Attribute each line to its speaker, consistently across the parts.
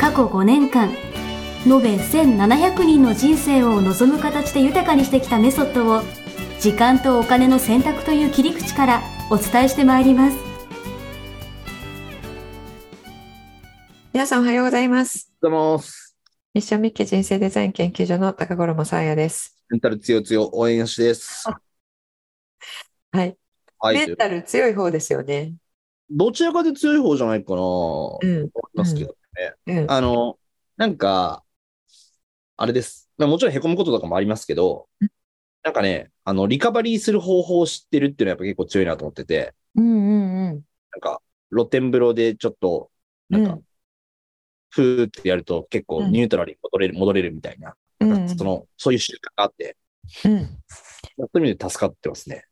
Speaker 1: 過去5年間延べ1700人の人生を望む形で豊かにしてきたメソッドを時間とお金の選択という切り口からお伝えしてまいります
Speaker 2: 皆さんおはようございます。
Speaker 3: どうもす。
Speaker 2: ミッションミッケ人生デザイン研究所の高頃もさあやです。
Speaker 3: メンタル強い強い応援よしです。
Speaker 2: はい。
Speaker 3: はい。
Speaker 2: メンタル強い方ですよね。
Speaker 3: どちらかで強い方じゃないかな、
Speaker 2: う
Speaker 3: 思
Speaker 2: ん。
Speaker 3: いますけど。
Speaker 2: うん。
Speaker 3: あの、なんか、あれです。まあもちろん凹むこととかもありますけど
Speaker 2: うん、
Speaker 3: なんかね、あの、リカバリーする方法を知ってるっていうのはやっぱ結構強いなと思ってて、
Speaker 2: うんうんうん。
Speaker 3: なんか、露天風呂でちょっと、なん
Speaker 2: う
Speaker 3: か
Speaker 2: ん、
Speaker 3: ふーってやると結構ニュートラルに戻れる、戻れるみたいな、
Speaker 2: うん
Speaker 3: その、そういう習慣があって、
Speaker 2: うん
Speaker 3: そういう意味で助かってますね。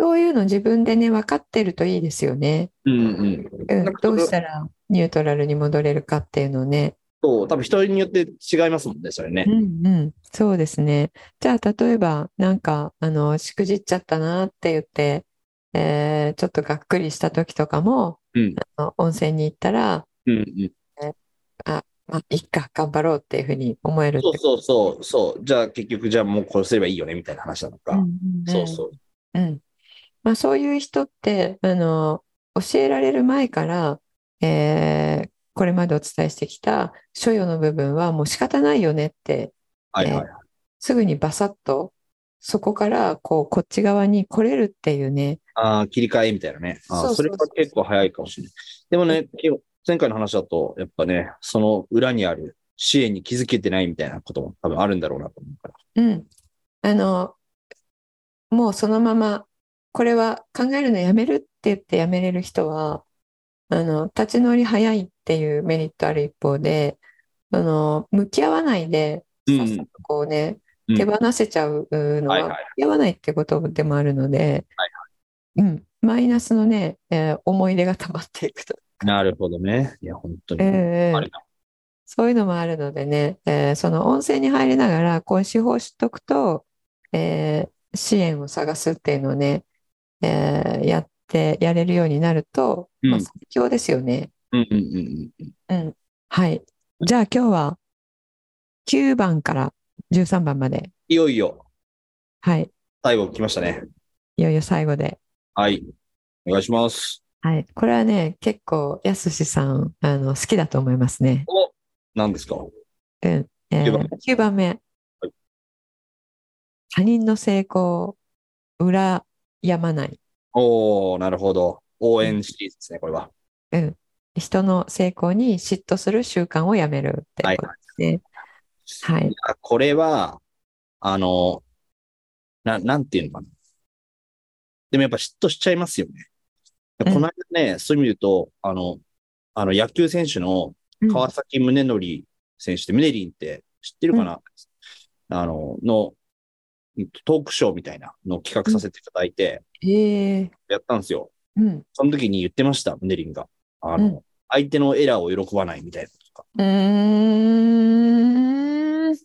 Speaker 2: そういうの自分でね、分かってるといいですよね。
Speaker 3: うんうん。
Speaker 2: うん
Speaker 3: なんか
Speaker 2: どうしたらニュートラルに戻れるかっていうのをね。
Speaker 3: そう、多分人によって違いますもんね、それね。
Speaker 2: うんうん。そうですね。じゃあ、例えば、なんか、あの、しくじっちゃったなって言って、えーちょっとがっくりした時とかも、
Speaker 3: うん
Speaker 2: あの温泉に行ったら、
Speaker 3: うんうん。
Speaker 2: まあ、いっか、頑張ろうっていうふうに思えるって
Speaker 3: そうそうそう、そう。じゃあ結局、じゃあもうこうすればいいよね、みたいな話なのか。
Speaker 2: うんうん
Speaker 3: そうそう。
Speaker 2: うん。まあ、そういう人って、あの、教えられる前から、えーこれまでお伝えしてきた所与の部分はもう仕方ないよねって、
Speaker 3: はいはいはい。
Speaker 2: すぐにバサッと、そこから、こう、こっち側に来れるっていうね。
Speaker 3: ああ、切り替えみたいなね。あ
Speaker 2: そう
Speaker 3: あ
Speaker 2: そ
Speaker 3: そうれ
Speaker 2: そう
Speaker 3: が結構早いかもしれない。でもね、今日前回の話だと、やっぱね、その裏にある支援に気づけてないみたいなことも多分あるんだろうなと思うから。
Speaker 2: うん。あの、もうそのまま、これは考えるのやめるって言ってやめれる人は、あの、立ち直り早いっていうメリットある一方で、あの、向き合わないで、
Speaker 3: うん
Speaker 2: さっさとこうね、
Speaker 3: うん
Speaker 2: 手放せちゃうの
Speaker 3: はい
Speaker 2: は
Speaker 3: はい
Speaker 2: 向き合わないってことでもあるので、うん、マイナスのね、えー思い出が溜まっていくと。
Speaker 3: なるほどね。いや、本当に。
Speaker 2: ええ
Speaker 3: あれだ
Speaker 2: そういうのもあるのでね、えーその温泉に入りながら、こう手法知っとくと、えー支援を探すっていうのをね、えーやって、やれるようになると、まあ、
Speaker 3: うん
Speaker 2: 最強ですよね。
Speaker 3: うんうんうんうん。
Speaker 2: うん。はい。じゃあ今日は9番から13番まで、
Speaker 3: いよいよ、
Speaker 2: はい。
Speaker 3: 最後来ましたね。
Speaker 2: いよいよ最後で。
Speaker 3: はい。お願いします。
Speaker 2: はい。これはね、結構、やすしさん、あの、好きだと思いますね。
Speaker 3: お何ですか
Speaker 2: うん。え
Speaker 3: 9番
Speaker 2: ー、9番目。
Speaker 3: はい
Speaker 2: 他人の成功を羨まない。
Speaker 3: おー、なるほど。応援シリーズですね、これは。
Speaker 2: 人の成功に嫉妬する習慣をやめるっていうことですね。はい。
Speaker 3: いやこれは、あの、な、なんていうのかな。でもやっぱ嫉妬しちゃいますよね。
Speaker 2: うん
Speaker 3: この間ね、そういう意味で言うと、あの、あの野球選手の
Speaker 2: うん
Speaker 3: 川崎宗則選手って、ムネリンって知ってるかな、あの、の、うんトークショーみたいなのを企画させていただいて、
Speaker 2: へえ
Speaker 3: やったんですよ。
Speaker 2: うん。
Speaker 3: その時に言ってました、ムネリンが。あの、
Speaker 2: うん
Speaker 3: 相手のエラーを喜ばないみたいなことか。
Speaker 2: うーん。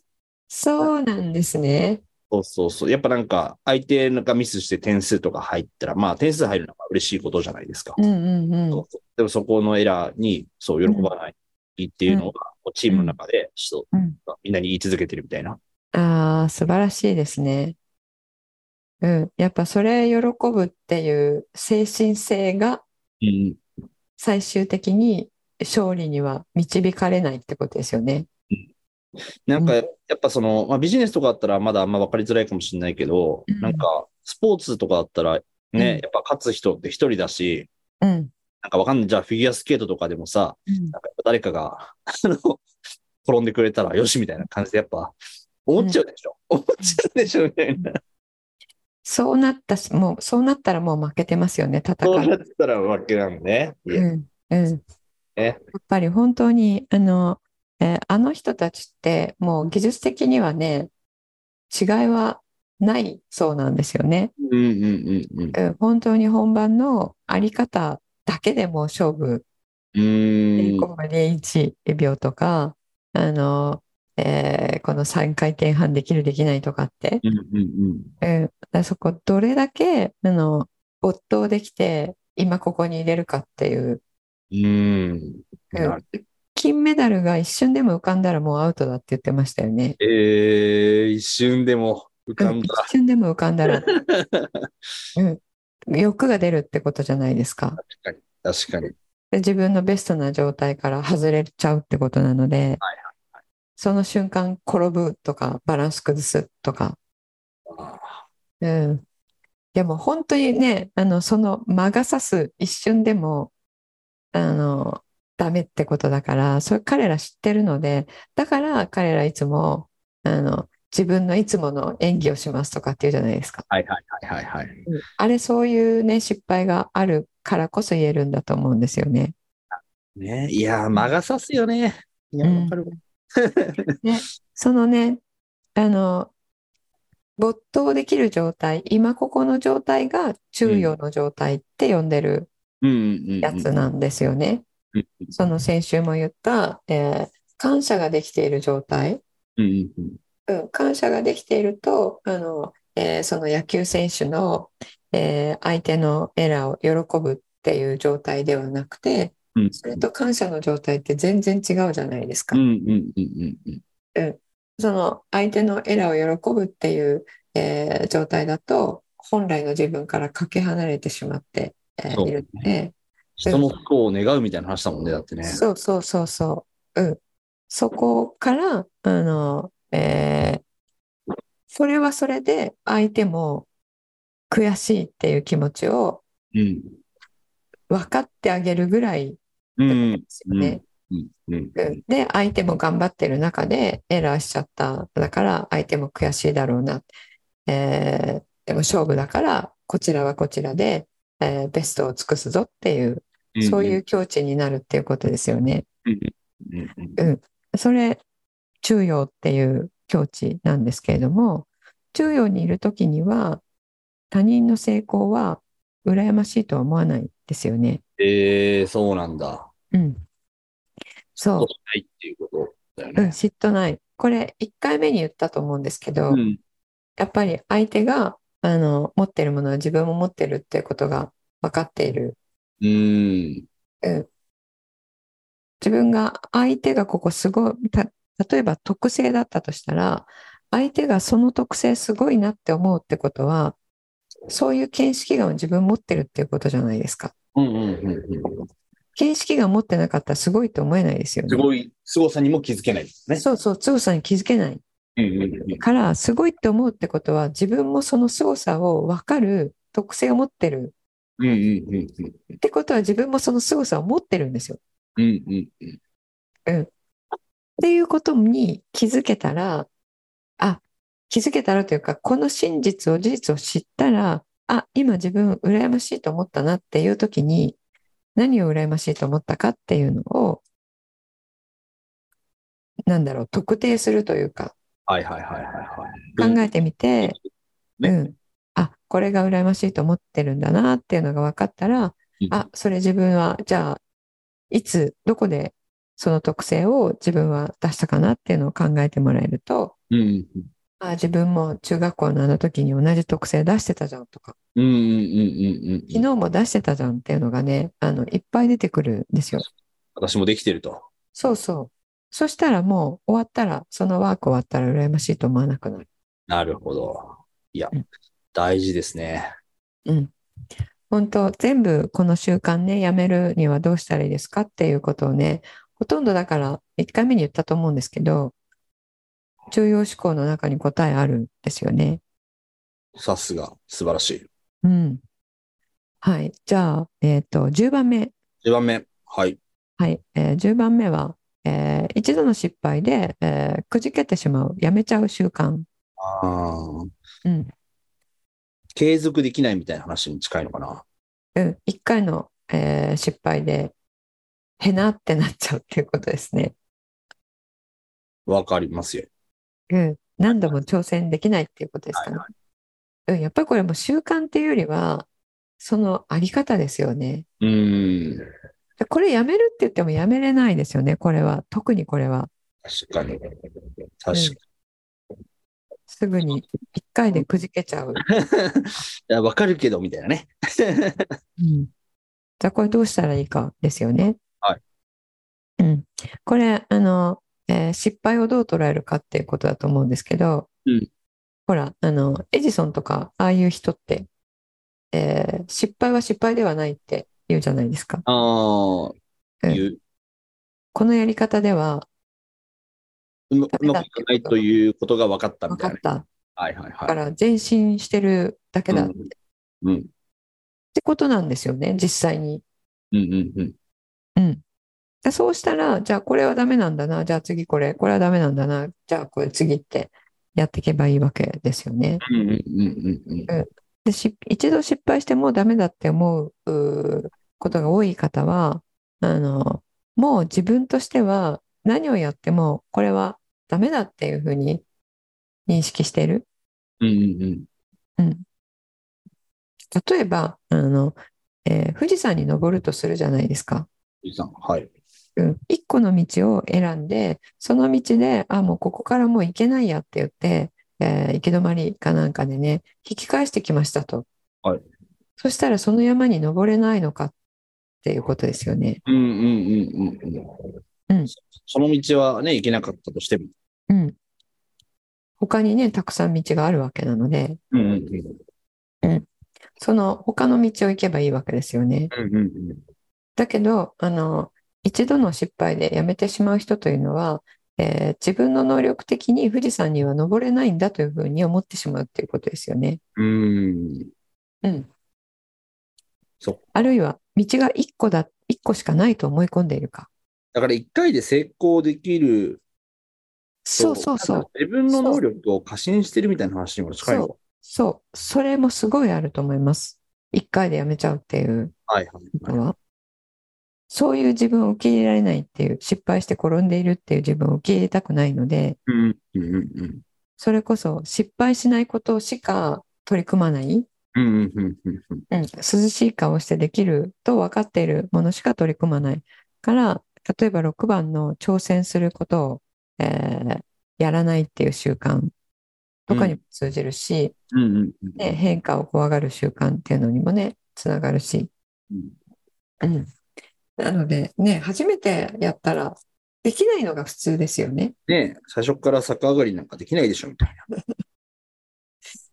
Speaker 2: そうなんですね。
Speaker 3: そうそうそう。やっぱなんか、相手がミスして点数とか入ったら、まあ点数入るのが嬉しいことじゃないですか。
Speaker 2: うんうんう。
Speaker 3: そうんそうでもそこのエラーに、そう、喜ばないっていうのが、こうチームの中で、そう
Speaker 2: うん
Speaker 3: みんなに言い続けてるみたいな。
Speaker 2: ああ、素晴らしいですね。うん。やっぱそれ喜ぶっていう精神性が
Speaker 3: うん。
Speaker 2: 最終的に勝利には導かれないってことですよね。
Speaker 3: なんか、
Speaker 2: う
Speaker 3: やっぱその、まあビジネスとかだったらまだあんま分かりづらいかもしれないけど、
Speaker 2: うん
Speaker 3: なんか、スポーツとかだったら、
Speaker 2: うん
Speaker 3: ね、やっぱ勝つ人って一人だし、
Speaker 2: うん。
Speaker 3: なんかわかんない。じゃあフィギュアスケートとかでもさ、なんか誰かが、あの、転んでくれたらよしみたいな感じで、やっぱ、思っちゃうでしょ、思っちゃうでしょみたいな。
Speaker 2: そうなったし、もう、そうなったらもう負けてますよね、戦
Speaker 3: そう
Speaker 2: う。
Speaker 3: なったらわけなんね。いや
Speaker 2: うん。うん。やっ
Speaker 3: ね
Speaker 2: ぱり本当に、あの、えーあの人たちってもう技術的にはね、違いはないそうなんですよね。
Speaker 3: うんうんうんうん。
Speaker 2: うん本当に本番のあり方だけでも勝負
Speaker 3: うーん。
Speaker 2: 0.01秒とか、あの、えーこの3回転半できるできないとかって、
Speaker 3: うんうん
Speaker 2: うん、だからそこどれだけ、あの、没頭できて、今ここに入れるかっていう、
Speaker 3: うん。
Speaker 2: う
Speaker 3: う
Speaker 2: ん
Speaker 3: ーん。なる
Speaker 2: 金メダルが一瞬でも浮かんだらもうアウトだって言ってましたよね。
Speaker 3: えー、一瞬でも浮か
Speaker 2: うんん
Speaker 3: だ。
Speaker 2: 一瞬でも浮かん だら、うん、欲が出るってことじゃないですか。
Speaker 3: 確かに。
Speaker 2: で自分のベストな状態から外れちゃうってことなので、
Speaker 3: はい
Speaker 2: その瞬間転ぶとかバランス崩すとか、
Speaker 3: あ
Speaker 2: うん、でも本当にねあのその魔が差す一瞬でもあのダメってことだからそれ彼ら知ってるのでだから彼らいつもあの自分のいつもの演技をしますとかっていうじゃないですか、
Speaker 3: ーはいはいはいはいはい。
Speaker 2: あれそういうね失敗があるからこそ言えるんだと思うんですよね。
Speaker 3: ねいやー、魔が差すよね。いや、
Speaker 2: うん
Speaker 3: わかるわ。
Speaker 2: そのね、あの、没頭できる状態、今ここの状態が中庸の状態って呼んでる
Speaker 3: うんうんうん。
Speaker 2: やつなんですよね。
Speaker 3: うん
Speaker 2: その先週も言った、えー感謝ができている状態。
Speaker 3: うんうんうん。
Speaker 2: うん、感謝ができていると、あの、えーその野球選手の、えー相手のエラーを喜ぶっていう状態ではなくて、
Speaker 3: うん
Speaker 2: それと感謝の状態って全然違うじゃないですか
Speaker 3: うん。うんうんうんうん。
Speaker 2: その相手のエラーを喜ぶっていう、えー状態だと本来の自分からかけ離れてしまって、えー
Speaker 3: そう
Speaker 2: いるので
Speaker 3: 人の不幸を願うみたいな話だもんね、だってね。
Speaker 2: そうそうそうそう、うん、そこからあの、えーそれはそれで相手も悔しいっていう気持ちを
Speaker 3: うん。
Speaker 2: 分かってあげるぐらいで
Speaker 3: うん。
Speaker 2: すよね。
Speaker 3: うん。うん。
Speaker 2: うんで相手も頑張ってる中でエラーしちゃっただから相手も悔しいだろうな、えーでも勝負だからこちらはこちらで、えーベストを尽くすぞっていう
Speaker 3: うん
Speaker 2: そういう。境地になるっていうことですよね。
Speaker 3: うんうん
Speaker 2: それ中庸っていう境地なんですけれども中庸にいる時には他人の成功は羨ましいとは思わないですよね。
Speaker 3: えー、そうなんだ。
Speaker 2: うん、そう
Speaker 3: そうしないっていうことだよ
Speaker 2: うん、
Speaker 3: ね。
Speaker 2: 嫉妬ない。これ1回目に言ったと思うんですけど、
Speaker 3: うん。
Speaker 2: やっぱり相手があの持ってるものは自分も持ってるってことが分かっている。
Speaker 3: うん。
Speaker 2: 自分が相手がここすごい、た例えば特性だったとしたら、相手がその特性すごいなって思うってことは、そういう見識眼を自分持ってるっていうことじゃないですか。
Speaker 3: うんうんうんうん。
Speaker 2: 見識眼持ってなかったらすごいと思えないですよね。
Speaker 3: すごい、凄さにも気づけないですね。
Speaker 2: そうそう、強さに気づけない。
Speaker 3: うんうんうん。
Speaker 2: からすごいって思うってことは自分もその凄さを分かる特性を持ってる
Speaker 3: うんうんうんうん。
Speaker 2: ってことは自分もその凄さを持ってるんですよ。
Speaker 3: うんうんうん。
Speaker 2: っていうことに気づけたらあ気づけたらというかこの真実を事実を知ったらあ今自分羨ましいと思ったなっていう時に何を羨ましいと思ったかっていうのをなんだろう特定するというか
Speaker 3: はいはいはいはい
Speaker 2: 考
Speaker 3: はい。
Speaker 2: えてみて、
Speaker 3: ね
Speaker 2: うん、あこれが羨ましいと思ってるんだなっていうのが分かったら、
Speaker 3: うん
Speaker 2: あそれ自分はじゃあいつどこでその特性を自分は出したかなっていうのを考えてもらえると
Speaker 3: うんうん
Speaker 2: あ自分も中学校のあの時に同じ特性出してたじゃんとか
Speaker 3: うん。うんうんうんうんう
Speaker 2: 昨
Speaker 3: ん。
Speaker 2: 日も出してたじゃんっていうのがねあのいっぱい出てくるんですよ。
Speaker 3: 私もできてると。
Speaker 2: そうそうそしたらもう終わったらそのワーク終わったら羨ましいと思わなくなる。
Speaker 3: なるほど。いや
Speaker 2: うん、
Speaker 3: 大事ですね。
Speaker 2: 本当全部この習慣ねやめるにはどうしたらいいですかっていうことをねほとんどだから1回目に言ったと思うんですけど重要思考の中に答えあるんですよね。
Speaker 3: さすが、素晴らしい。
Speaker 2: うん、はいじゃあ、えー、と10番目、
Speaker 3: 10番目。はい。
Speaker 2: はいえー10番目は、えー一度の失敗で、えーくじけてしまうやめちゃう習慣、
Speaker 3: あー
Speaker 2: うん
Speaker 3: 継続できないみたいな話に近いのかな。
Speaker 2: うん、1回の、えー失敗でへなってなっちゃうっていうことですね。
Speaker 3: わかりますよ。
Speaker 2: うん、何度も挑戦できないっていうことですかね。うん、やっぱりこれも習慣っていうよりは、そのあり方ですよね。
Speaker 3: うーん。
Speaker 2: でこれやめるって言ってもやめれないですよね、これは。特にこれは。
Speaker 3: 確かに。確かに。
Speaker 2: すぐに1回でくじけちゃう。
Speaker 3: いや、わかるけど、みたいなね。
Speaker 2: うん、じゃあこれどうしたらいいかですよね。
Speaker 3: はい
Speaker 2: うん、これあの、えー失敗をどう捉えるかっていうことだと思うんですけど、
Speaker 3: うん
Speaker 2: ほらあのエジソンとかああいう人って、えー失敗は失敗ではないって言うじゃないですか。
Speaker 3: ああ、
Speaker 2: うん
Speaker 3: いう、
Speaker 2: このやり方では
Speaker 3: うまうまくいかないということが分かった
Speaker 2: 分
Speaker 3: みた
Speaker 2: か
Speaker 3: い
Speaker 2: っ
Speaker 3: な。
Speaker 2: た
Speaker 3: はいはい
Speaker 2: だ
Speaker 3: はい。
Speaker 2: から前進してるだけだっ
Speaker 3: う
Speaker 2: て
Speaker 3: んうん。
Speaker 2: ことなんですよね実際に。
Speaker 3: うんうんうん。
Speaker 2: でそうしたら、じゃあこれはダメなんだな、じゃあ次これ、これはダメなんだな、じゃあこれ次ってやっていけばいいわけですよね。
Speaker 3: うんうんうんうんうん。
Speaker 2: で、し一度失敗してもうダメだって思ううーことが多い方は、あの、もう自分としては何をやってもこれはダメだっていうふうに認識している。
Speaker 3: うんうんうん。
Speaker 2: 例えば、あの、えー富士山に登るとするじゃないですか。
Speaker 3: 藤井さん、はい。
Speaker 2: うん、一個の道を選んで、その道で、あ、もうここからもう行けないやって言って、えー行き止まりかなんかでね、引き返してきましたと。
Speaker 3: はい
Speaker 2: そしたらその山に登れないのかっていうことですよね。
Speaker 3: うんうんうんうん。
Speaker 2: うん
Speaker 3: そその道はね、行けなかったとしても。
Speaker 2: うん。他にね、たくさん道があるわけなので、
Speaker 3: うんうんうん。
Speaker 2: その他の道を行けばいいわけですよね。
Speaker 3: うんうんうん。
Speaker 2: だけど、あの、一度の失敗でやめてしまう人というのは、えー自分の能力的に富士山には登れないんだというふうに思ってしまうっていうことですよね。
Speaker 3: うーん。
Speaker 2: うん。
Speaker 3: そう
Speaker 2: あるいは、道が1個だ、一個しかないと思い込んでいるか。
Speaker 3: だから一回で成功できる
Speaker 2: そ
Speaker 3: と
Speaker 2: うそうそ
Speaker 3: なん
Speaker 2: う
Speaker 3: か。自分の能力を過信してるみたいな話にも近いの
Speaker 2: そそう。それもすごいあると思います。1回でやめちゃうっていう
Speaker 3: はいはい
Speaker 2: の
Speaker 3: はい。
Speaker 2: は。そういう自分を受け入れられないっていう、失敗して転んでいるっていう自分を受け入れたくないので、
Speaker 3: うんうんうん
Speaker 2: それこそ失敗しないことしか取り組まない、
Speaker 3: うんうんうんうんうん
Speaker 2: うん、涼しい顔してできると分かっているものしか取り組まないから例えば6番の挑戦することを、えーやらないっていう習慣とかにも通じるし、
Speaker 3: うんうんうん
Speaker 2: ね、変化を怖がる習慣っていうのにもねつながるし、
Speaker 3: うん
Speaker 2: うん、なのでね初めてやったらできないのが普通ですよね。
Speaker 3: ねえ最初から逆上がりなんかできないでしょみたい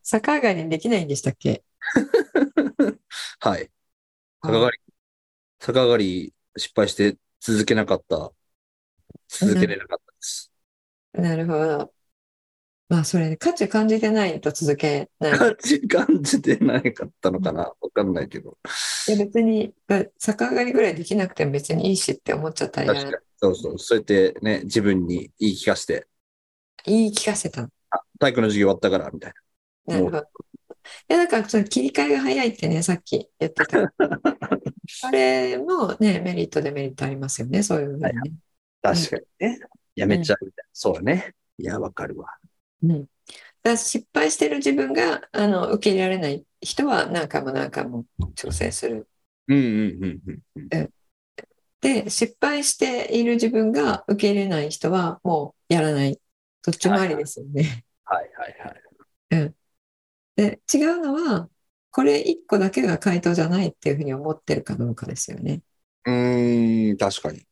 Speaker 2: 逆上がりできないんでしたっけ
Speaker 3: な。 はい。逆上がり、逆上がり失敗して続けなかった。続けれなかったです。
Speaker 2: なるほど。まあ、それ、価値感じてないと続けない。
Speaker 3: 感じ、感じてなかったのかなわかんないけど。
Speaker 2: いや別に、まあ逆上がりぐらいできなくても別にいいしって思っちゃったら
Speaker 3: 確
Speaker 2: や
Speaker 3: からに
Speaker 2: ない、。
Speaker 3: そうそう。そうやってね、自分に言い聞かせて、
Speaker 2: 言い聞かせた。
Speaker 3: 体育の授業終わったから、みたい
Speaker 2: なるほど。いや、だから、その切り替えが早いってね、さっき言って た。あれもね、メリット、デメリットありますよね、そういうふうにね。
Speaker 3: な。
Speaker 2: 確
Speaker 3: かにね。やめちゃうみたいな。そうだね。いや、わかるわ。
Speaker 2: うん。だから失敗してる自分があの受け入れられない人は何回も何回も挑戦する。
Speaker 3: うんうんうんうんうん。
Speaker 2: で、失敗している自分が受け入れない人はもうやらない。どっちもありですよね。
Speaker 3: はいはいはい。
Speaker 2: で、違うのは、これ一個だけが回答じゃないっていうふうに思ってるかどうかですよね。
Speaker 3: うーん、確かに。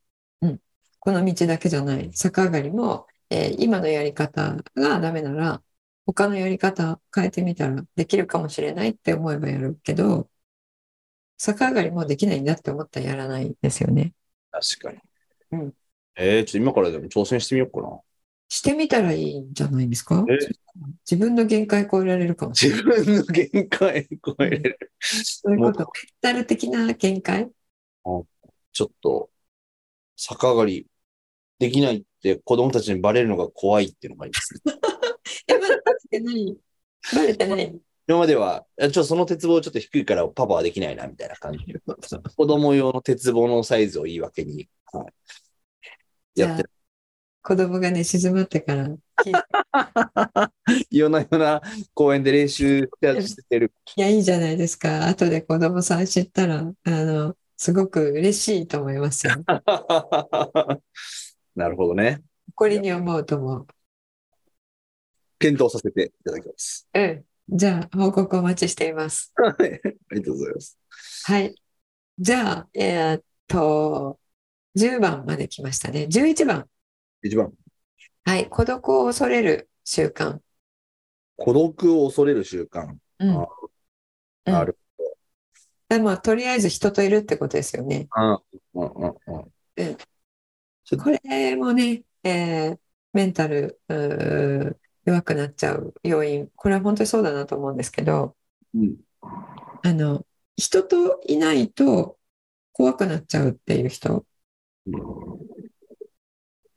Speaker 2: この道だけじゃない。逆上がりも、えー今のやり方がダメなら、他のやり方変えてみたらできるかもしれないって思えばやるけど、逆上がりもできないんだって思ったらやらないですよね。
Speaker 3: 確かに。
Speaker 2: うん
Speaker 3: えー、ちょっと今からでも挑戦してみようかな。
Speaker 2: してみたらいいんじゃないですか
Speaker 3: え
Speaker 2: 自分の限界超えられるかもしれない。
Speaker 3: 自分の限界超えれる。
Speaker 2: そういうこと、メンタル的な見解
Speaker 3: ちょっと、逆上がりできないって子供たちにバレるのが怖いっていうのがあり ます、ね。
Speaker 2: え、まだバレてない。バレてない。
Speaker 3: 今までは、えちょっとその鉄棒ちょっと低いからパパはできないなみたいな感じで、 子供用の鉄棒のサイズを言い訳に、はい、
Speaker 2: じゃあ
Speaker 3: やってる。
Speaker 2: 子供がね、静まってから聞いて、
Speaker 3: 夜な夜な公園で練習してる。
Speaker 2: いや、いいじゃないですか。後で子供さん知ったら、あの、すごく嬉しいと思います よ。
Speaker 3: なるほどね。
Speaker 2: 誇りに思うと思う。
Speaker 3: 検討させていただきます。
Speaker 2: うん。じゃあ、報告お待ちしています。
Speaker 3: はいありがとうございます。
Speaker 2: はい。じゃあ、えーっと、10番まで来ましたね。11番。
Speaker 3: 一番、
Speaker 2: はい。孤独を恐れる習慣。
Speaker 3: 孤独を恐れる習慣。
Speaker 2: うん
Speaker 3: あ
Speaker 2: うん
Speaker 3: なる
Speaker 2: でも、とりあえず人といるってことですよね。
Speaker 3: うんうんうん。
Speaker 2: これもね、えーメンタルうー弱くなっちゃう要因、これは本当にそうだなと思うんですけど、
Speaker 3: うん
Speaker 2: あの、人といないと怖くなっちゃうっていう人、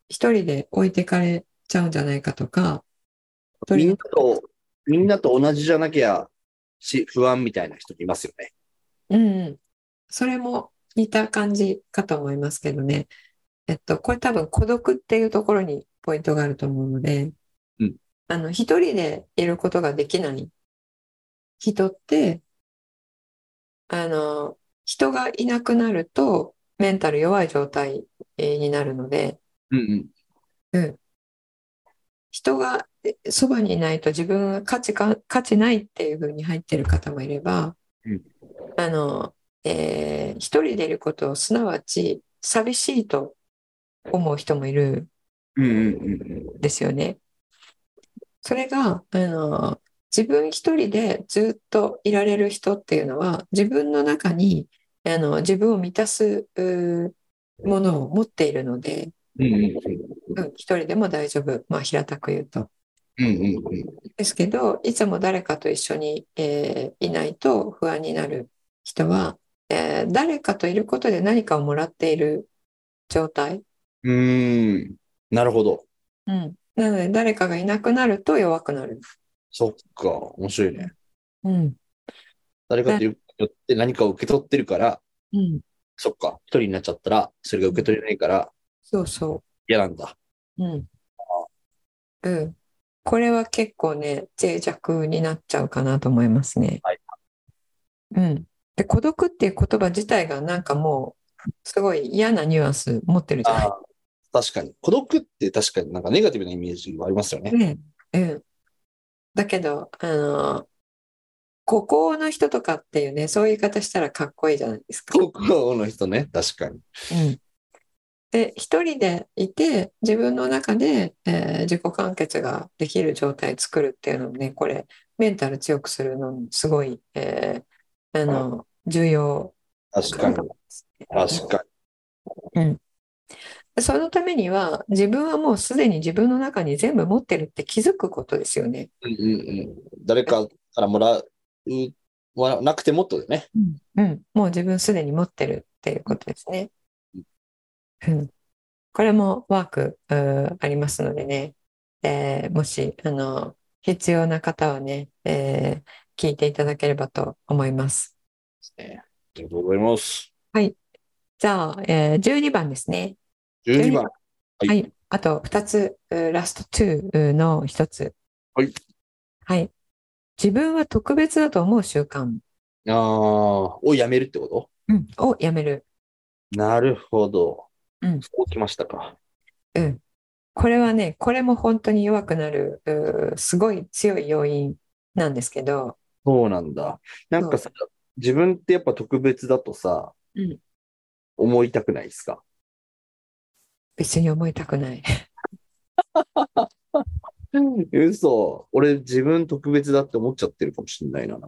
Speaker 2: 一人で置いてかれちゃうんじゃないかとか、一
Speaker 3: み
Speaker 2: 人
Speaker 3: んなと、みんなと同じじゃなきゃし不安みたいな人いますよね。
Speaker 2: うんうん、それも似た感じかと思いますけどね。えっと、これ多分孤独っていうところにポイントがあると思うので
Speaker 3: うん、
Speaker 2: あの、一人でいることができない人って、あの、人がいなくなるとメンタル弱い状態えーになるので、
Speaker 3: うんうん。
Speaker 2: 人がえそばにいないと自分が価値か、価値ないっていう風に入ってる方もいれば
Speaker 3: うん、
Speaker 2: あの、えー一人でいることをすなわち寂しいと思う人もいる
Speaker 3: うんうんうん
Speaker 2: んですよね。それが、あの、自分一人でずっといられる人っていうのは、自分の中に、あの、自分を満たす、うーものを持っているので、
Speaker 3: うん。うんうん
Speaker 2: うん、一人でも大丈夫。まあ、平たく言うと。
Speaker 3: うんうんうん。
Speaker 2: ですけど、いつも誰かと一緒に、えーいないと不安になる人は、えー誰かといることで何かをもらっている状態。
Speaker 3: うーん。なるほど。
Speaker 2: なので、誰かがいなくなると弱くなる。
Speaker 3: そっか。面白いね。
Speaker 2: うん。
Speaker 3: 誰かとよって何かを受け取ってるから、
Speaker 2: うん。
Speaker 3: そっか。一人になっちゃったら、それが受け取れないから
Speaker 2: そうそ
Speaker 3: 嫌なんだ。
Speaker 2: う。うん。うん。これは結構ね、脆弱になっちゃうかなと思いますね。
Speaker 3: はい
Speaker 2: うん。で、孤独っていう言葉自体がなんかもう、すごい嫌なニュアンス持ってるじゃない
Speaker 3: あー確かに。孤独って確かになんかネガティブなイメージはありますよね。
Speaker 2: ね、うん。だけど、あの、孤高の人とかっていうね、そういう言い方したらかっこいいじゃないですか。
Speaker 3: 孤高の人ね。確かに。
Speaker 2: うんで、一人でいて、自分の中で、えー自己完結ができる状態作るっていうのもね、これ、メンタル強くするのにすごい、えーあの、重要
Speaker 3: 確かに。確か
Speaker 2: でそのためには、自分はもうすでに自分の中に全部持ってるって気づくことですよね。
Speaker 3: に。うんうんうん。誰かからもらうはなくてもっとだよね。
Speaker 2: うん、もう自分すでに持ってるっていうことですね。うん、これもワークうーありますのでね、えーもしあの必要な方はね、えー聞いていただければと思います。
Speaker 3: ねありがとうございます。
Speaker 2: じゃあ、えー12番ですね。
Speaker 3: 12番。
Speaker 2: はい、あと2つ、うーラスト2の1つ。
Speaker 3: はい。
Speaker 2: はい。自分は特別だと思う習慣、
Speaker 3: ああ、をやめるってこと
Speaker 2: をやめる。
Speaker 3: なるほど。
Speaker 2: うん
Speaker 3: そうきましたか。
Speaker 2: これはね、これも本当に弱くなる、うーすごい強い要因なんですけど、
Speaker 3: そうなんだ。なんかさ、自分ってやっぱ特別だとさ、
Speaker 2: うん
Speaker 3: 思いたくないですか
Speaker 2: 別に思いたくない。
Speaker 3: 嘘。俺自分特別だって思っちゃってるかもしれないな。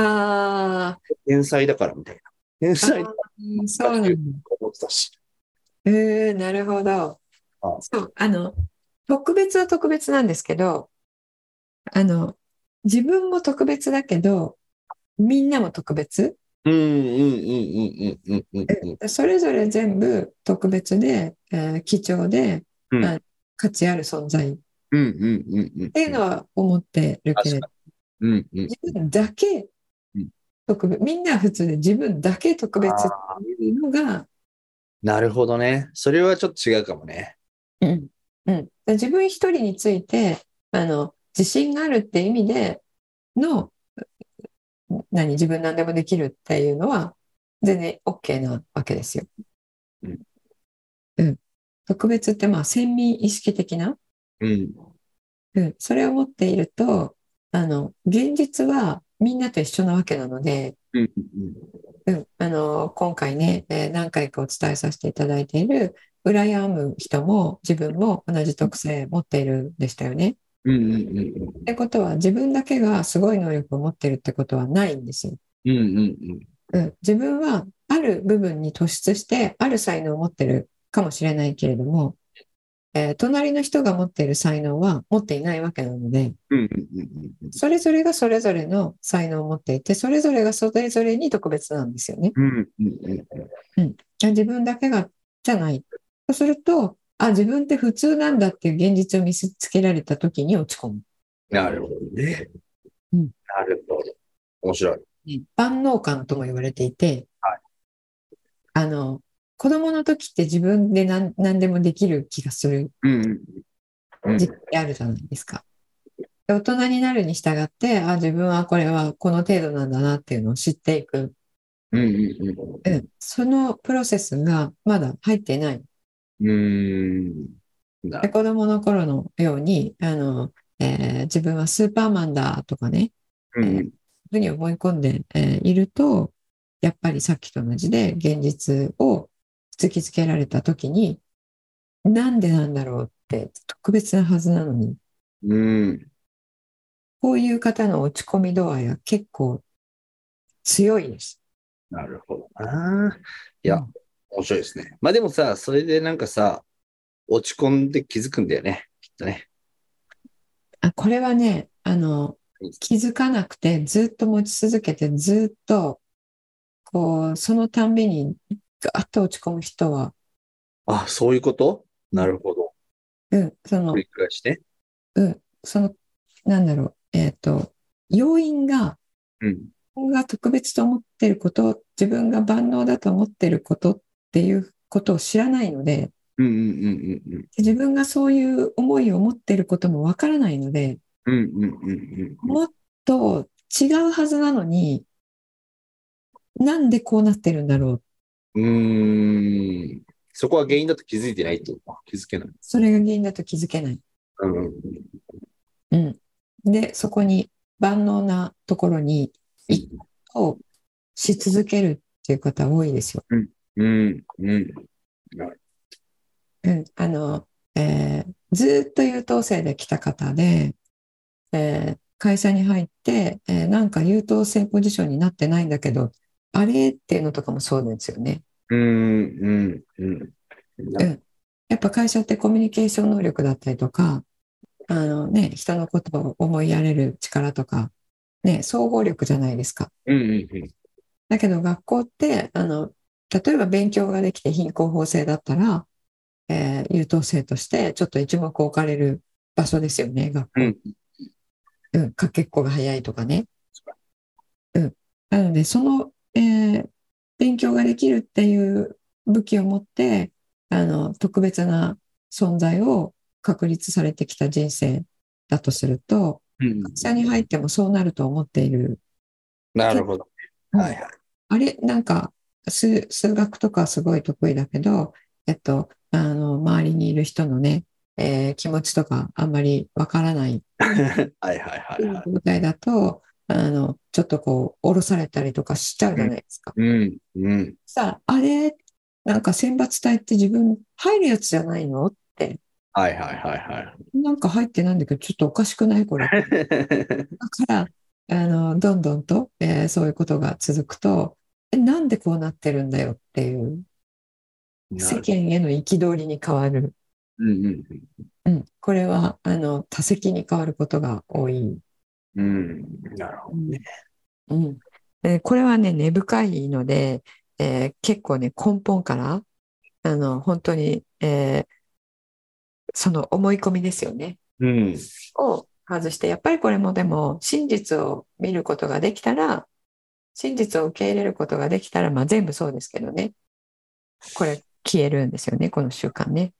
Speaker 2: あ
Speaker 3: 天才だからみたいな。天才だと
Speaker 2: あ、そうなんだ。
Speaker 3: 思ってたし。
Speaker 2: うーなるほど
Speaker 3: あ。
Speaker 2: そう、あの、特別は特別なんですけど、あの、自分も特別だけど、みんなも特別。
Speaker 3: うんうんうんうんうんうんうん
Speaker 2: それぞれ全部特別で、えー貴重で、
Speaker 3: うん
Speaker 2: あ価値ある存在っ
Speaker 3: うんうんうんうん。って
Speaker 2: いうのは思ってるけれど、
Speaker 3: うんうん。
Speaker 2: 自分だけ
Speaker 3: うん
Speaker 2: 特別、みんな普通で自分だけ特別っ
Speaker 3: あー
Speaker 2: ていうのが、
Speaker 3: なるほどね。それはちょっと違うかもね。
Speaker 2: うんうん、で自分一人についてあの自信があるって意味での何自分何でもできるっていうのは全然 OK なわけですよ。
Speaker 3: うん
Speaker 2: うん、特別ってまあ先民意識的な、
Speaker 3: うん。
Speaker 2: うん、それを持っているとあの現実はみんなと一緒なわけなので、
Speaker 3: うん。
Speaker 2: うん、あの今回ね、えー何回かお伝えさせていただいている羨む人も自分も同じ特性持っているんでしたよね。
Speaker 3: うん。うん。うん。うん
Speaker 2: ってことは自分だけがすごい能力を持ってるってことはないんですよ。
Speaker 3: うん。うん。
Speaker 2: うん、自分はある部分に突出してある才能を持ってるかもしれないけれども、えー隣の人が持っている才能は持っていないわけなので
Speaker 3: うん。うん。
Speaker 2: それぞれがそれぞれの才能を持っていてそれぞれがそれぞれに特別なんですよね。
Speaker 3: うん。うん。
Speaker 2: 自分だけがじゃない。そうすると、あ、自分って普通なんだっていう現実を見せつけられた時に落ち込む。
Speaker 3: なるほどね。
Speaker 2: うん
Speaker 3: なるほど。面白い。
Speaker 2: 万能感とも言われていて、
Speaker 3: は
Speaker 2: あの、子供の時って自分で何何でもできる気がする
Speaker 3: うん。うん。
Speaker 2: 時期ってあるじゃないですか。で大人になるに従って、あ、自分はこれはこの程度なんだなっていうのを知っていく。
Speaker 3: うん。うん。
Speaker 2: うん、そのプロセスがまだ入っていない。
Speaker 3: うん。な
Speaker 2: で子供の頃のようにあの、えー自分はスーパーマンだとかね、
Speaker 3: うん。
Speaker 2: ふうに思い込んで、えーいると、やっぱりさっきと同じで現実を突きつけられた時に、なんでなんだろうって特別なはずなのに、
Speaker 3: うん。
Speaker 2: こういう方の落ち込み度合いは結構強いです。
Speaker 3: なるほどな。いや
Speaker 2: うん、
Speaker 3: 面白いですね。まあでもさ、それでなんかさ、落ち込んで気づくんだよね。きっとね。
Speaker 2: あこれはねあの気づかなくてずっと持ち続けてずっとこうそのたんびにガーッと落ち込む人は、
Speaker 3: あ、そういうことなるほど。
Speaker 2: うん、その
Speaker 3: 繰り返して。
Speaker 2: そのなんだろうえっ、と要因が
Speaker 3: うん。
Speaker 2: 自分が特別と思ってること自分が万能だと思ってることっていうことを知らないので
Speaker 3: うんうんうんうん
Speaker 2: 自分がそういう思いを持ってることもわからないので
Speaker 3: うん。うんうんうんうん。
Speaker 2: もっと違うはずなのになんでこうなってるんだろう
Speaker 3: うーん。そこは原因だと気づいてないってことか気づけない。
Speaker 2: それが原因だと気づけない。
Speaker 3: うん。
Speaker 2: うん、で、そこに万能なところに一個をし続けるっていう方多いですよ。
Speaker 3: うん。うん。
Speaker 2: うん、あの、えーずーっと優等生で来た方で、えー会社に入って、えーなんか優等生ポジションになってないんだけど、あれっていうのとかもそうですよね。
Speaker 3: うん。うん。うん。
Speaker 2: やっぱ会社ってコミュニケーション能力だったりとか、あのね、人のことを思いやれる力とか、ね、総合力じゃないですか。
Speaker 3: うんうんうん。
Speaker 2: だけど学校ってあの例えば勉強ができて貧困法制だったら、えー優等生としてちょっと一目置かれる場所ですよね学校、
Speaker 3: うん
Speaker 2: うん、かけっこが早いとかね、うん、なのでその、えー勉強ができるっていう武器を持ってあの特別な存在を確立されてきた人生だとすると
Speaker 3: うん。
Speaker 2: 会社に入ってもそうなると思っている
Speaker 3: なるほど。はいはい。
Speaker 2: あれ、なんか、数、数学とかすごい得意だけど、えっと、あの、周りにいる人のね、えー気持ちとかあんまりわからない
Speaker 3: はいはいはいはい。
Speaker 2: 状態だと、あの、ちょっとこう、降ろされたりとかしちゃうじゃないですか。
Speaker 3: うん。うん。
Speaker 2: さあ、あれ、なんか選抜隊って自分入るやつじゃないの
Speaker 3: はいはいは
Speaker 2: なんか入ってないんだけど、ちょっとおかしくないこれ。
Speaker 3: いはい。
Speaker 2: だから、あの、どんどんと、えーそういうことが続くと、え、なんでこうなってるんだよっていう、世間への憤りに変わる。
Speaker 3: うんうん
Speaker 2: うん、これはあの多席に変わることが多い、
Speaker 3: うん。うん。なるほどね。
Speaker 2: うんえーこれはね根深いので、えー結構ね根本からあの本当に、えーその思い込みですよね
Speaker 3: うん。
Speaker 2: を外してやっぱりこれもでも真実を見ることができたら真実を受け入れることができたら、まあ、全部そうですけどねこれ消えるんですよねこの習慣ね。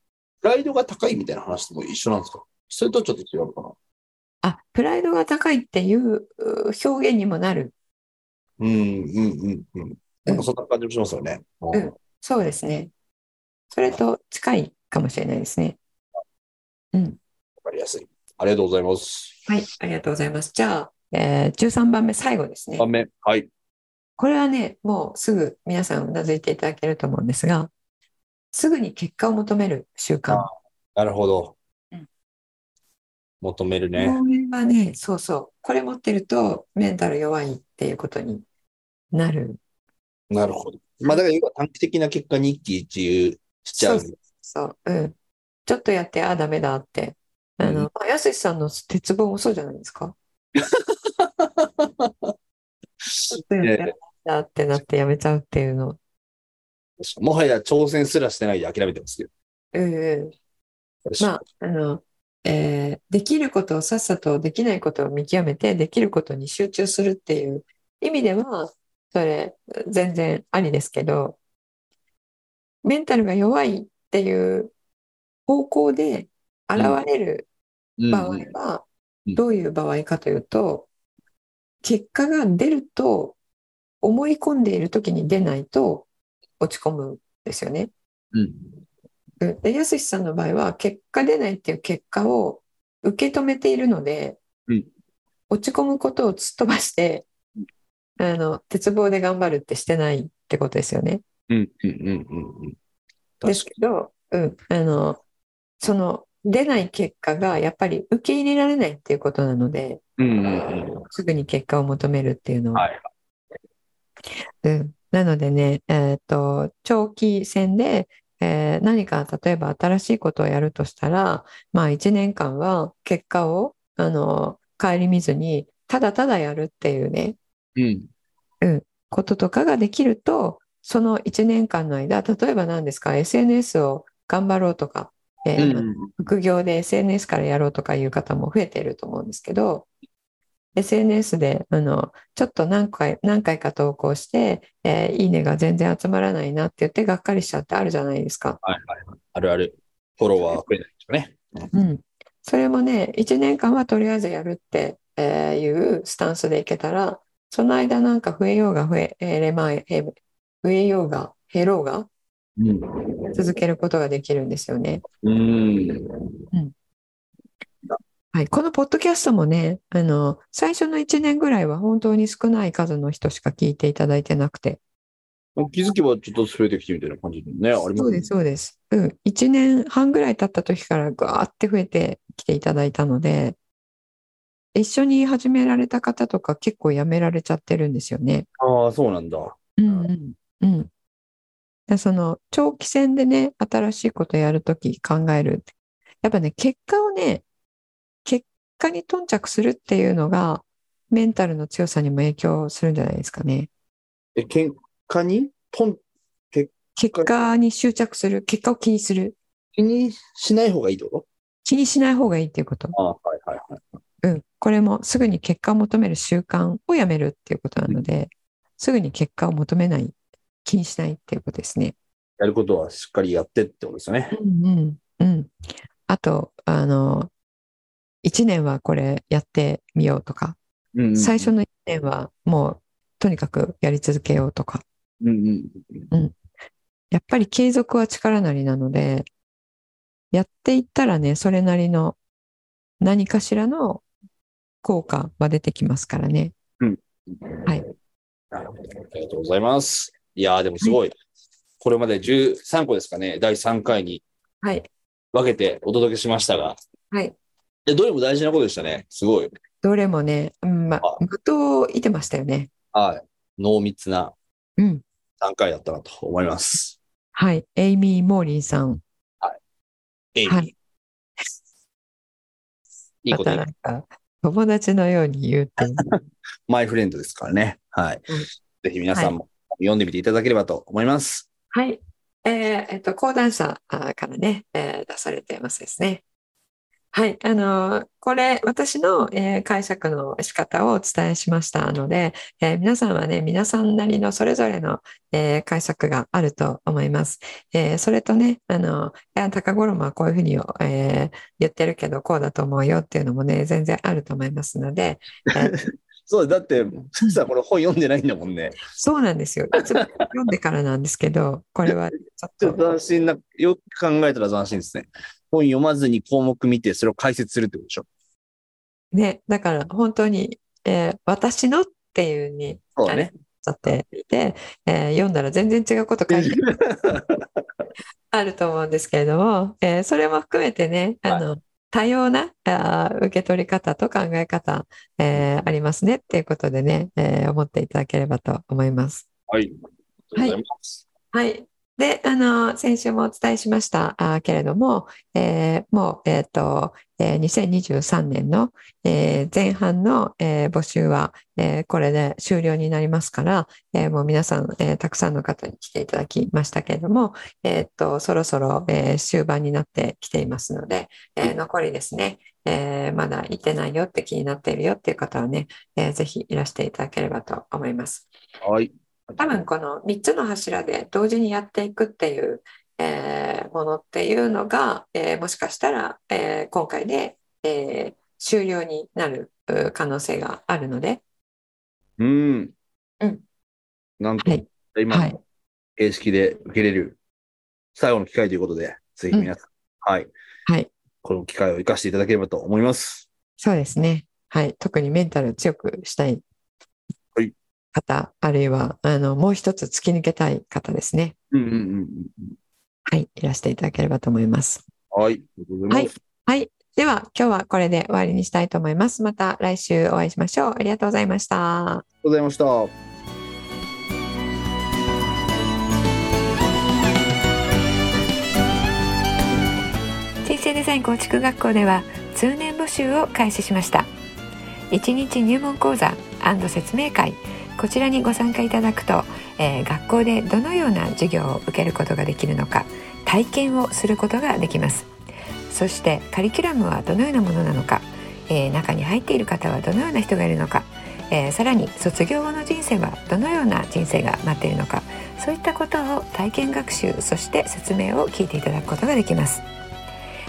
Speaker 3: プライドが高いみたいな話とも一緒なんですかそれとちょっと違うかな
Speaker 2: あ、プライドが高いっていうう表現にもなる。
Speaker 3: うん、うん、うん、うん。なんかそんな感じもしますよね。
Speaker 2: んそうですね。それと近いかもしれないですね。
Speaker 3: わかりやすい。ありがとうございます。
Speaker 2: はい、ありがとうございます。じゃあ、えー13番目、最後ですね
Speaker 3: 3。目。はい。
Speaker 2: これはね、もうすぐ皆さんうなずいていただけると思うんですが、すぐに結果を求める習慣。
Speaker 3: なるほど
Speaker 2: うん。
Speaker 3: 求める
Speaker 2: こ
Speaker 3: ね。
Speaker 2: れはね、そうそう、これ持ってるとメンタル弱いっていうことになる。
Speaker 3: なるほど。まあ、だから要は短期的な結果に一喜一憂しちゃう。
Speaker 2: そうそう、うん。ちょっとやって、あ、ダメだって。あ
Speaker 3: う
Speaker 2: の、まあやすしさんの鉄棒もそうじゃないですか。ちょっとやって、あ、ダメだってなってやめちゃうっていうの。
Speaker 3: もはや挑戦すらしてないで諦めてますけど。
Speaker 2: うんうん。まあ、あの、えーできることをさっさとできないことを見極めて、できることに集中するっていう意味では、それ、全然ありですけど、メンタルが弱いっていう方向で現れる
Speaker 3: うん
Speaker 2: 場合は、
Speaker 3: うん
Speaker 2: どういう場合かというと、結果が出ると、思い込んでいる時に出ないと落ち込むんですよね。
Speaker 3: うん。
Speaker 2: うんで、やすしさんの場合は、結果出ないっていう結果を受け止めているので
Speaker 3: うん、
Speaker 2: 落ち込むことを突っ飛ばして、あの、鉄棒で頑張るってしてないってことですよね。
Speaker 3: うん。うん。うん。うん。うん
Speaker 2: ですけど、うん、あの、その、出ない結果がやっぱり受け入れられないっていうことなので、
Speaker 3: うん。うん。うん。
Speaker 2: すぐに結果を求めるっていうのは。
Speaker 3: はい。
Speaker 2: うん、なのでね、えーと、長期戦で、えー何か例えば新しいことをやるとしたら、まあ、1年間は結果をあの顧みずにただただやるっていうね
Speaker 3: うん。
Speaker 2: こととかができるとその1年間の間例えば何ですか SNS を頑張ろうとか、え
Speaker 3: う
Speaker 2: ー
Speaker 3: ん。
Speaker 2: 副業で SNS からやろうとかいう方も増えていると思うんですけど SNS であのちょっと何回何回か投稿して、えーいいねが全然集まらないなって言ってがっかりしちゃうってあるじゃないですか。
Speaker 3: はい。はい。あるある。フォロワー増えないとね。
Speaker 2: うん、それもね1年間はとりあえずやるってえーいうスタンスでいけたらその間なんか増えようが増ええーれまいえー増えようが減ろうが
Speaker 3: うん。
Speaker 2: 続けることができるんですよね。
Speaker 3: うん。
Speaker 2: はい、このポッドキャストもね、あの、最初の1年ぐらいは本当に少ない数の人しか聞いていただいてなくて。
Speaker 3: 気づけばちょっと増えてきてみたいな感じでね、ありま
Speaker 2: そ
Speaker 3: すね
Speaker 2: うです、。そうです。うん、1年半ぐらい経った時からガーって増えてきていただいたので、一緒に始められた方とか結構やめられちゃってるんですよね。
Speaker 3: ああ、そうなんだ。う
Speaker 2: うんうん。うん。だからその長期戦でね、新しいことやるとき考える。やっぱね、結果をね、結果に頓着するっていうのが、メンタルの強さにも影響するんじゃないですかね。
Speaker 3: え、喧嘩にとん
Speaker 2: 結果に執着する、結果を気にする。
Speaker 3: 気にしない方がいいってこ
Speaker 2: 気にしない方がいいっていうこと。
Speaker 3: とああ、はいはいはい。
Speaker 2: うん。これもすぐに結果を求める習慣をやめるっていうことなので、すぐに結果を求めない、気にしないっていうことですね。
Speaker 3: やることはしっかりやってってことですよね。
Speaker 2: うんうんうん。あと、あの、1年はこれやってみようとか、
Speaker 3: うんうん
Speaker 2: 最初の1年はもうとにかくやり続けようとか、
Speaker 3: うんうん。
Speaker 2: やっぱり継続は力なりなので、やっていったらね、それなりの何かしらの効果は出てきますからね。はい。
Speaker 3: なるほど。ありがとうございます。いやー、でもすごい。これまで13個ですかね、第3回に
Speaker 2: はい。
Speaker 3: 分けてお届けしましたが。
Speaker 2: はい。
Speaker 3: で、どれも大事なことでしたね。すごい。
Speaker 2: どれもね、うん、ま
Speaker 3: あ、
Speaker 2: 的を射てましたよね。
Speaker 3: はい。濃密な
Speaker 2: うん。
Speaker 3: 3回だったなと思います。
Speaker 2: はい。エイミー・モーリーさん。
Speaker 3: えい。
Speaker 2: はい。
Speaker 3: いい
Speaker 2: ま
Speaker 3: こと
Speaker 2: たな
Speaker 3: 言うん
Speaker 2: か、友達のように言うっていう。
Speaker 3: マイフレンドですからね。はい。
Speaker 2: うん
Speaker 3: ぜひ皆さんも読んでみていただければと思います。
Speaker 2: はい。えーえっと、講談社あーからね、えー出されてますですね。はい、あの、これ、私の、えー解釈の仕方をお伝えしましたので、えー皆さんはね、皆さんなりのそれぞれの、えー解釈があると思います。えーそれとね、あの、いや、高五郎はこういうふうに、えー言ってるけど、こうだと思うよっていうのもね、全然あると思いますので、
Speaker 3: そうだって、さこれ本読んでないんだもんね。
Speaker 2: そうなんですよ。いつも読んでからなんですけど、これはちょっ
Speaker 3: ちょっ
Speaker 2: と、
Speaker 3: と斬新な、よく考えたら斬新ですね。本読まずに項目見て、それを解説するってことでしょ。
Speaker 2: ね、だから本当に、えー私のっていうに
Speaker 3: そうだね。
Speaker 2: だっていて、えー読んだら全然違うこと書いてあると思うんですけれども、えーそれも含めてね、あの、多様なあー受け取り方と考え方、えーありますねっていうことでね、えー思っていただければと思います。
Speaker 3: はい。ありがとうございます。
Speaker 2: はい。で、あの、先週もお伝えしましたあけれども、えーもう、えっと、えー2023年の、えー前半の、えー募集は、えーこれで終了になりますから、えーもう皆さん、えーたくさんの方に来ていただきましたけれども、えーっと、そろそろ、えー終盤になってきていますので、えー残りですね、えーまだ行ってないよって気になっているよっていう方はね、えーぜひいらしていただければと思います。
Speaker 3: はい。
Speaker 2: 多分この3つの柱で同時にやっていくっていう、えーものっていうのが、えーもしかしたら、えー今回で、えー終了になるうー可能性があるので、
Speaker 3: うん。
Speaker 2: うん
Speaker 3: なんと、
Speaker 2: はい
Speaker 3: 今
Speaker 2: はい
Speaker 3: の形式で受けれる最後の機会ということで、ぜひ皆さん、はい。
Speaker 2: はい。
Speaker 3: この機会を生かしていただければと思います。
Speaker 2: そうですね、はい、特にメンタル強くしたい
Speaker 3: はい
Speaker 2: 方、あるいはあのもう一つ突き抜けたい方ですね、
Speaker 3: うんうんうん
Speaker 2: はい、いらしていただければと思います。
Speaker 3: うん。はい。ありがとうございます。
Speaker 2: では今日はこれで終わりにしたいと思います。また来週お会いしましょう。ありがとうございました。
Speaker 3: ありがとうございました。
Speaker 2: 人生デザイン構築学校では通年募集を開始しました1日入門講座説明会こちらにご参加いただくと、えー学校でどのような授業を受けることができるのか体験をすることができますそしてカリキュラムはどのようなものなのか、えー中に入っている方はどのような人がいるのか、えーさらに卒業後の人生はどのような人生が待っているのかそういったことを体験学習そして説明を聞いていただくことができます